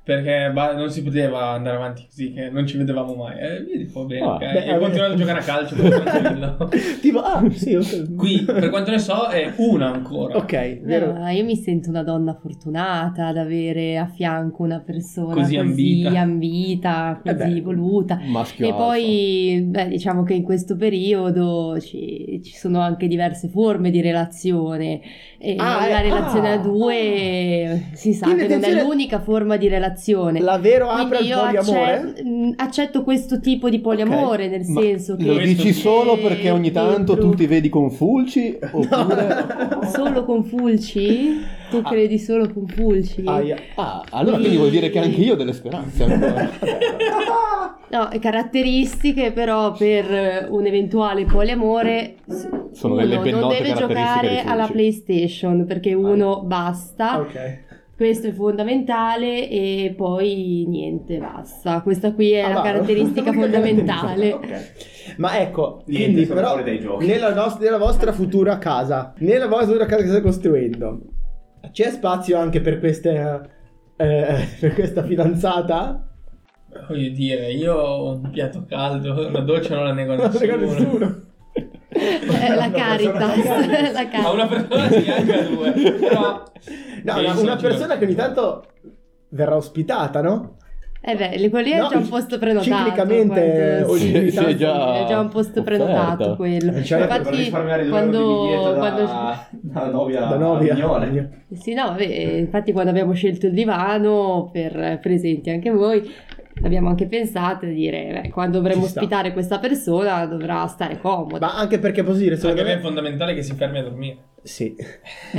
Speaker 1: perché ba- non si poteva andare avanti così, che non ci vedevamo mai. E io dico, bene,
Speaker 4: Ah,
Speaker 1: ok.
Speaker 2: beh, eh,
Speaker 1: e ho continuato a giocare a calcio. per
Speaker 2: *laughs*
Speaker 1: tranquillo.
Speaker 2: tipo ah, sì, ok.
Speaker 1: Qui, per quanto ne so, è una ancora.
Speaker 2: Ok, vero.
Speaker 5: No, Eh, io mi sento una donna fortunata ad avere a fianco una persona
Speaker 1: Così
Speaker 5: così,
Speaker 1: ambita.
Speaker 5: ambita,
Speaker 2: Eh
Speaker 5: così
Speaker 2: beh.
Speaker 5: voluta.
Speaker 4: Maschio
Speaker 5: E
Speaker 4: alfa.
Speaker 5: poi, beh, diciamo che in questo periodo ci, ci sono anche diverse forme di relazione. E
Speaker 2: Ah,
Speaker 5: la
Speaker 2: eh,
Speaker 5: relazione
Speaker 2: ah.
Speaker 5: a due si sa
Speaker 2: Quindi
Speaker 5: che non
Speaker 2: attenzione-
Speaker 5: è l'unica forma di relazione.
Speaker 2: La Vero apre
Speaker 5: Quindi
Speaker 2: il
Speaker 5: io
Speaker 2: poliamore?
Speaker 5: accet- mh, accetto questo tipo di poliamore, nel
Speaker 4: Ma
Speaker 5: senso che...
Speaker 4: Lo dici solo
Speaker 5: Eh,
Speaker 4: perché ogni tanto
Speaker 5: dentro-
Speaker 4: tu ti vedi con Fulci oppure...
Speaker 2: *laughs*
Speaker 5: Solo con Fulci? Tu
Speaker 4: Ah.
Speaker 5: credi solo con Fulci?
Speaker 2: Aia.
Speaker 4: Ah, allora quindi vuol dire che anche io ho delle speranze. allora.
Speaker 5: No, caratteristiche però per eh, un eventuale poliamore s-
Speaker 4: Sono
Speaker 5: uno
Speaker 4: delle ben
Speaker 5: non
Speaker 4: note
Speaker 5: deve
Speaker 4: caratteristiche
Speaker 5: giocare
Speaker 4: di Fulci.
Speaker 5: alla PlayStation perché uno basta,
Speaker 2: Ok.
Speaker 5: questo è fondamentale e poi niente, basta. Questa qui è
Speaker 2: Ah,
Speaker 5: la
Speaker 2: va, *laughs*
Speaker 5: caratteristica
Speaker 2: l'unica
Speaker 5: fondamentale. *laughs*
Speaker 2: caratteristica, ok. Ma ecco,
Speaker 3: Niente,
Speaker 2: quindi
Speaker 3: sono
Speaker 2: però
Speaker 3: fuori dai giochi.
Speaker 2: nella, nos- nella vostra futura casa, nella vostra futura casa che state costruendo, c'è spazio anche per queste eh, per questa fidanzata?
Speaker 1: Voglio dire, io ho un piatto caldo, la doccia non la nego a
Speaker 2: Non *laughs* frega
Speaker 1: nessuno.
Speaker 2: nessuno.
Speaker 5: Eh, la
Speaker 3: Una persona
Speaker 5: Caritas,
Speaker 3: che-
Speaker 5: *laughs* la Caritas.
Speaker 1: A una persona sì, anche a due. Però
Speaker 2: No,
Speaker 1: Eh,
Speaker 2: una,
Speaker 1: sono
Speaker 2: una persona
Speaker 1: girato.
Speaker 2: che ogni tanto verrà ospitata, no?
Speaker 5: Eh beh, le- quello lì è
Speaker 2: No,
Speaker 5: già un posto prenotato.
Speaker 2: ciclicamente
Speaker 5: quando-
Speaker 2: ogni
Speaker 5: sì,
Speaker 2: tanto-
Speaker 4: Sì, è già
Speaker 5: è già un posto
Speaker 4: offerta.
Speaker 5: prenotato quello.
Speaker 2: Cioè, per
Speaker 5: Infatti, quando, quando-
Speaker 3: da Novia
Speaker 2: Da Novia.
Speaker 5: Sì, no, vabbè, infatti quando abbiamo scelto il divano per eh, presenti anche voi, abbiamo anche pensato di dire, beh, quando dovremo
Speaker 2: Ci sta.
Speaker 5: ospitare questa persona dovrà stare comoda.
Speaker 2: Ma anche perché posso dire, secondo
Speaker 1: Anche
Speaker 2: me...
Speaker 1: me è fondamentale che si fermi a dormire.
Speaker 2: Sì,
Speaker 5: Eh,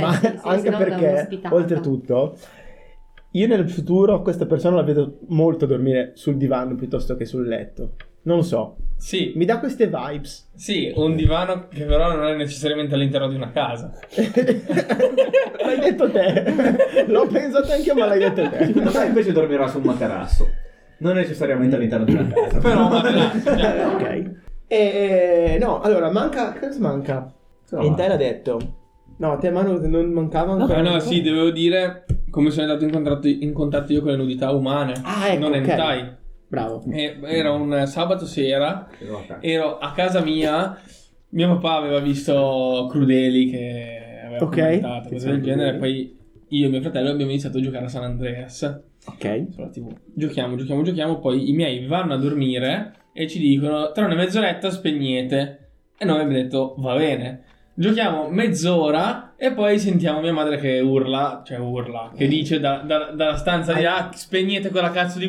Speaker 2: *laughs* ma
Speaker 5: sì, sì,
Speaker 2: anche
Speaker 5: sennò l'abbiamo
Speaker 2: perché,
Speaker 5: ospitata.
Speaker 2: oltretutto, io nel futuro questa persona la vedo molto dormire sul divano piuttosto che sul letto. Non so,
Speaker 1: Sì,
Speaker 2: mi dà queste
Speaker 1: *laughs*
Speaker 2: vibes.
Speaker 1: sì, un divano che però non è necessariamente all'interno di una casa.
Speaker 2: l'hai detto te. L'ho pensato anch'io, ma l'hai detto
Speaker 3: *laughs*
Speaker 2: te.
Speaker 3: Dov'è invece dormirà su un materasso? Non necessariamente all'interno di una
Speaker 2: *laughs*
Speaker 3: casa.
Speaker 1: Però
Speaker 3: *laughs*
Speaker 1: un materasso, cioè.
Speaker 2: ok. E, no, allora, manca... Cosa manca?
Speaker 3: Però
Speaker 2: In
Speaker 3: va.
Speaker 2: te l'ha detto. No, a te Manu non mancava ancora.
Speaker 1: Ah no, sì, devevo dire come sono andato in contatto, in contatto io con le nudità umane.
Speaker 2: Ah, ecco,
Speaker 1: non
Speaker 2: ok.
Speaker 1: hentai.
Speaker 2: Bravo.
Speaker 1: E- Era un sabato sera ero a casa mia, mio papà aveva visto Crudeli che aveva
Speaker 2: Ok.
Speaker 1: commentato, cose del genere, poi io e mio fratello abbiamo iniziato a giocare a San Andreas
Speaker 2: Ok.
Speaker 1: sulla TV. Giochiamo, giochiamo, giochiamo, poi i miei vanno a dormire e ci dicono tra una mezz'oretta spegnete. E noi abbiamo detto va bene. Giochiamo mezz'ora e poi sentiamo mia madre che urla, cioè urla, che dice da- da- dalla stanza di là spegnete quella cazzo di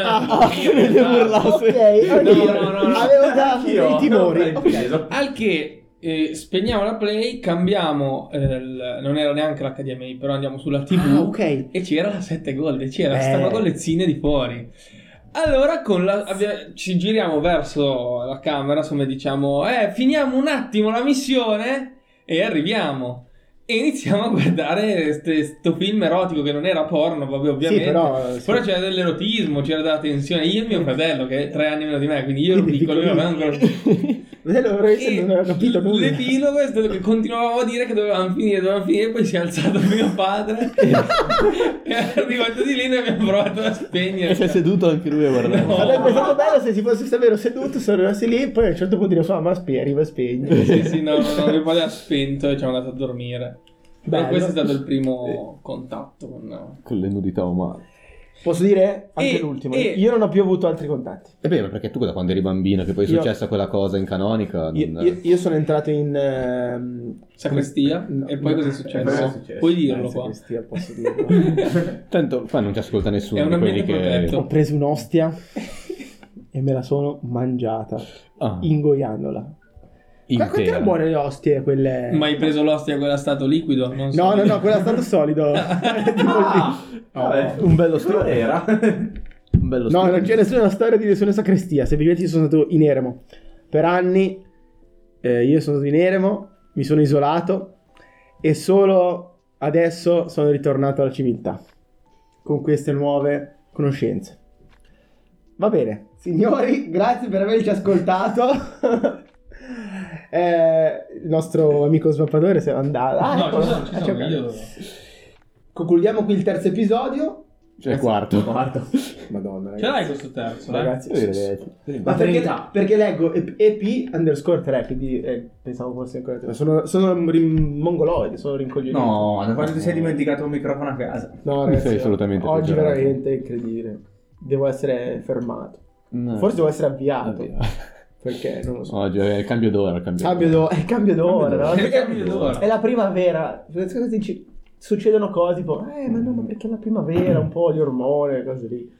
Speaker 2: *laughs*
Speaker 4: Ah, che ne urla.
Speaker 2: Ah, Ok,
Speaker 1: No, no, no, no.
Speaker 2: avevo già
Speaker 3: Anch'io,
Speaker 2: i timori.
Speaker 3: non ho preso.
Speaker 1: Al che eh, spegniamo la play, cambiamo, eh, il- non era neanche l'HDMI, però andiamo sulla TV
Speaker 2: Ah, ok.
Speaker 1: e c'era la 7 gold, c'era,
Speaker 2: Eh.
Speaker 1: stavano con le zine di fuori. Allora con la- abbia- ci giriamo verso la camera, insomma diciamo, eh, finiamo un attimo la missione e arriviamo. E iniziamo a guardare ste- sto film erotico che non era porno, vabbè
Speaker 2: Sì,
Speaker 1: ovviamente.
Speaker 2: però... sì.
Speaker 1: Però c'era dell'erotismo, c'era della tensione. Io e mio fratello, che è tre anni meno di me, quindi io ero
Speaker 2: Quindi
Speaker 1: piccolo, io avevo ancora
Speaker 2: *laughs* Vedete,
Speaker 1: e
Speaker 2: veramente non aveva capito
Speaker 1: l-
Speaker 2: nulla.
Speaker 1: L'epilogo è stato che continuavamo a dire che dovevamo finire, dovevamo finire, poi si è alzato *laughs* mio padre e *laughs* è arrivato di lì e abbiamo provato a
Speaker 4: E si è
Speaker 1: spegnere.
Speaker 4: seduto anche lui a guardare.
Speaker 1: No.
Speaker 2: Sarebbe stato bello se si fosse davvero seduto, sono rimasti lì, poi a un certo punto dico, "Ah, ma spe- arriva e spegne.
Speaker 1: Sì, sì, no, no, no, mio padre ha spento e ci è andato a dormire.
Speaker 2: Bello.
Speaker 1: Però questo è stato il primo contatto con...
Speaker 4: Con le nudità umane.
Speaker 2: Posso dire anche
Speaker 1: E-
Speaker 2: l'ultimo,
Speaker 1: e-
Speaker 2: io non ho più avuto altri contatti.
Speaker 4: E beh, ma perché tu da quando eri bambino, che poi è
Speaker 2: Io-
Speaker 4: successa quella cosa in canonica, non...
Speaker 2: Io, io- io sono entrato in... ehm,
Speaker 1: Sacrestia?
Speaker 2: No,
Speaker 1: e poi
Speaker 2: no,
Speaker 1: cosa
Speaker 2: eh, cosa
Speaker 1: è
Speaker 3: è
Speaker 1: successo?
Speaker 3: successo?
Speaker 1: Puoi
Speaker 2: eh,
Speaker 1: dirlo qua.
Speaker 2: sacrestia,
Speaker 1: *laughs*
Speaker 2: posso dirlo.
Speaker 4: eh, Tanto qua non ci ascolta nessuno.
Speaker 1: È un
Speaker 4: di quelli
Speaker 1: ambiente
Speaker 4: che...
Speaker 1: protetto.
Speaker 2: ho preso un'ostia e me la sono mangiata,
Speaker 4: Ah,
Speaker 2: ingoiandola. Ma quante
Speaker 4: intera.
Speaker 2: erano buone le ostie quelle?
Speaker 1: Ma hai preso l'ostia quella stato liquido? Non so.
Speaker 2: No, no, no, quella è stato
Speaker 1: *laughs*
Speaker 2: solido.
Speaker 3: Ah, vabbè.
Speaker 4: Un bello
Speaker 3: Quello
Speaker 4: stile.
Speaker 3: era. *laughs*
Speaker 4: Un bello
Speaker 2: No,
Speaker 4: stile.
Speaker 2: non c'è nessuna storia di nessuna sacrestia. Semplicemente io sono stato in eremo. Per anni eh, io sono stato in eremo, mi sono isolato e solo adesso sono ritornato alla civiltà con queste nuove conoscenze. Va bene, signori, grazie per averci ascoltato. *laughs* Eh, il nostro amico svappatore se n'è andato. Ah,
Speaker 1: No,
Speaker 2: eccolo.
Speaker 1: ci sono, ci
Speaker 2: Ah,
Speaker 1: sono,
Speaker 2: c'è
Speaker 1: io-
Speaker 2: Concludiamo qui il terzo episodio.
Speaker 4: Cioè, quarto.
Speaker 3: Guarda.
Speaker 2: Madonna,
Speaker 1: Ce l'hai questo terzo, eh?
Speaker 2: ragazzi.
Speaker 4: Sì, ragazzi.
Speaker 2: Ma perché,
Speaker 3: Verità.
Speaker 2: perché leggo EP- EP underscore 3, quindi eh, pensavo fosse ancora 3. Sono, sono rim- mongoloide, sono rincoglionito.
Speaker 3: No, da quando ti sei dimenticato un microfono a casa.
Speaker 2: no
Speaker 4: Mi
Speaker 2: ragazzi,
Speaker 4: sei assolutamente
Speaker 2: oggi
Speaker 4: peggiorato.
Speaker 2: veramente è incredibile. Devo essere fermato.
Speaker 4: No.
Speaker 2: Forse devo essere avviato,
Speaker 4: Oddio.
Speaker 2: perché non lo so.
Speaker 4: *laughs* Oggi è il cambio d'ora. il Cambio
Speaker 2: Cambio d'ora, eh, cambio d'ora, no?
Speaker 1: Cambio
Speaker 2: Perché
Speaker 1: d'ora.
Speaker 2: È la primavera. Pensate cosa dici? Succedono cose tipo, eh, ma no, ma perché è la primavera, un po' di ormone, cose lì.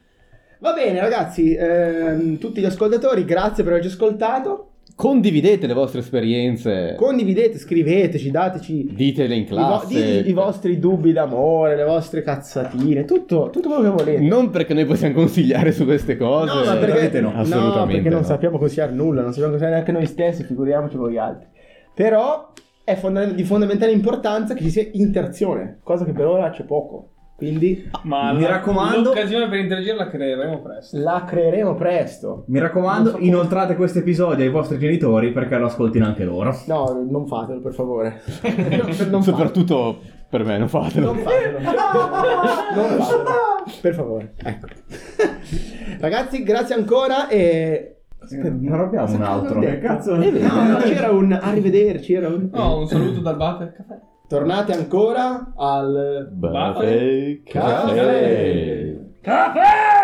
Speaker 2: Va bene, ragazzi, ehm, tutti gli ascoltatori, grazie per averci ascoltato.
Speaker 4: Condividete le vostre esperienze.
Speaker 2: Condividete, scriveteci, dateci
Speaker 4: Ditele in
Speaker 2: I, vo-
Speaker 4: classe.
Speaker 2: dite i vostri dubbi d'amore, le vostre cazzatine, tutto, tutto quello che volete.
Speaker 4: Non perché noi possiamo consigliare su queste cose.
Speaker 2: No, ma perché,
Speaker 3: assolutamente no.
Speaker 2: no,
Speaker 4: Assolutamente
Speaker 2: perché non
Speaker 4: no.
Speaker 2: sappiamo consigliare nulla, non sappiamo consigliare neanche noi stessi, figuriamoci con gli altri. Però è fonda- di fondamentale importanza che ci sia interazione, cosa che per ora c'è poco. Quindi
Speaker 1: Ma
Speaker 3: Mi
Speaker 1: la-
Speaker 3: raccomando-
Speaker 1: L'occasione per interagire la creeremo presto.
Speaker 2: la creeremo presto.
Speaker 3: Mi raccomando,
Speaker 2: Non so-
Speaker 3: inoltrate questo episodio ai vostri genitori perché lo ascoltino anche loro.
Speaker 2: No, non fatelo, per favore. Non- non fatelo.
Speaker 4: Soprattutto per me, non fatelo.
Speaker 2: *laughs* Non fatelo. Non fatelo. Per favore. Ecco. Ragazzi, grazie ancora e...
Speaker 3: Non abbiamo un altro.
Speaker 2: Che cazzo? Eh, No, no, c'era un arrivederci, era Oh, un...
Speaker 1: No, Oh, un saluto dal Buffer Caffè.
Speaker 2: Tornate ancora al...
Speaker 4: Buffet
Speaker 2: Caffè.
Speaker 4: Caffè.
Speaker 1: Caffè!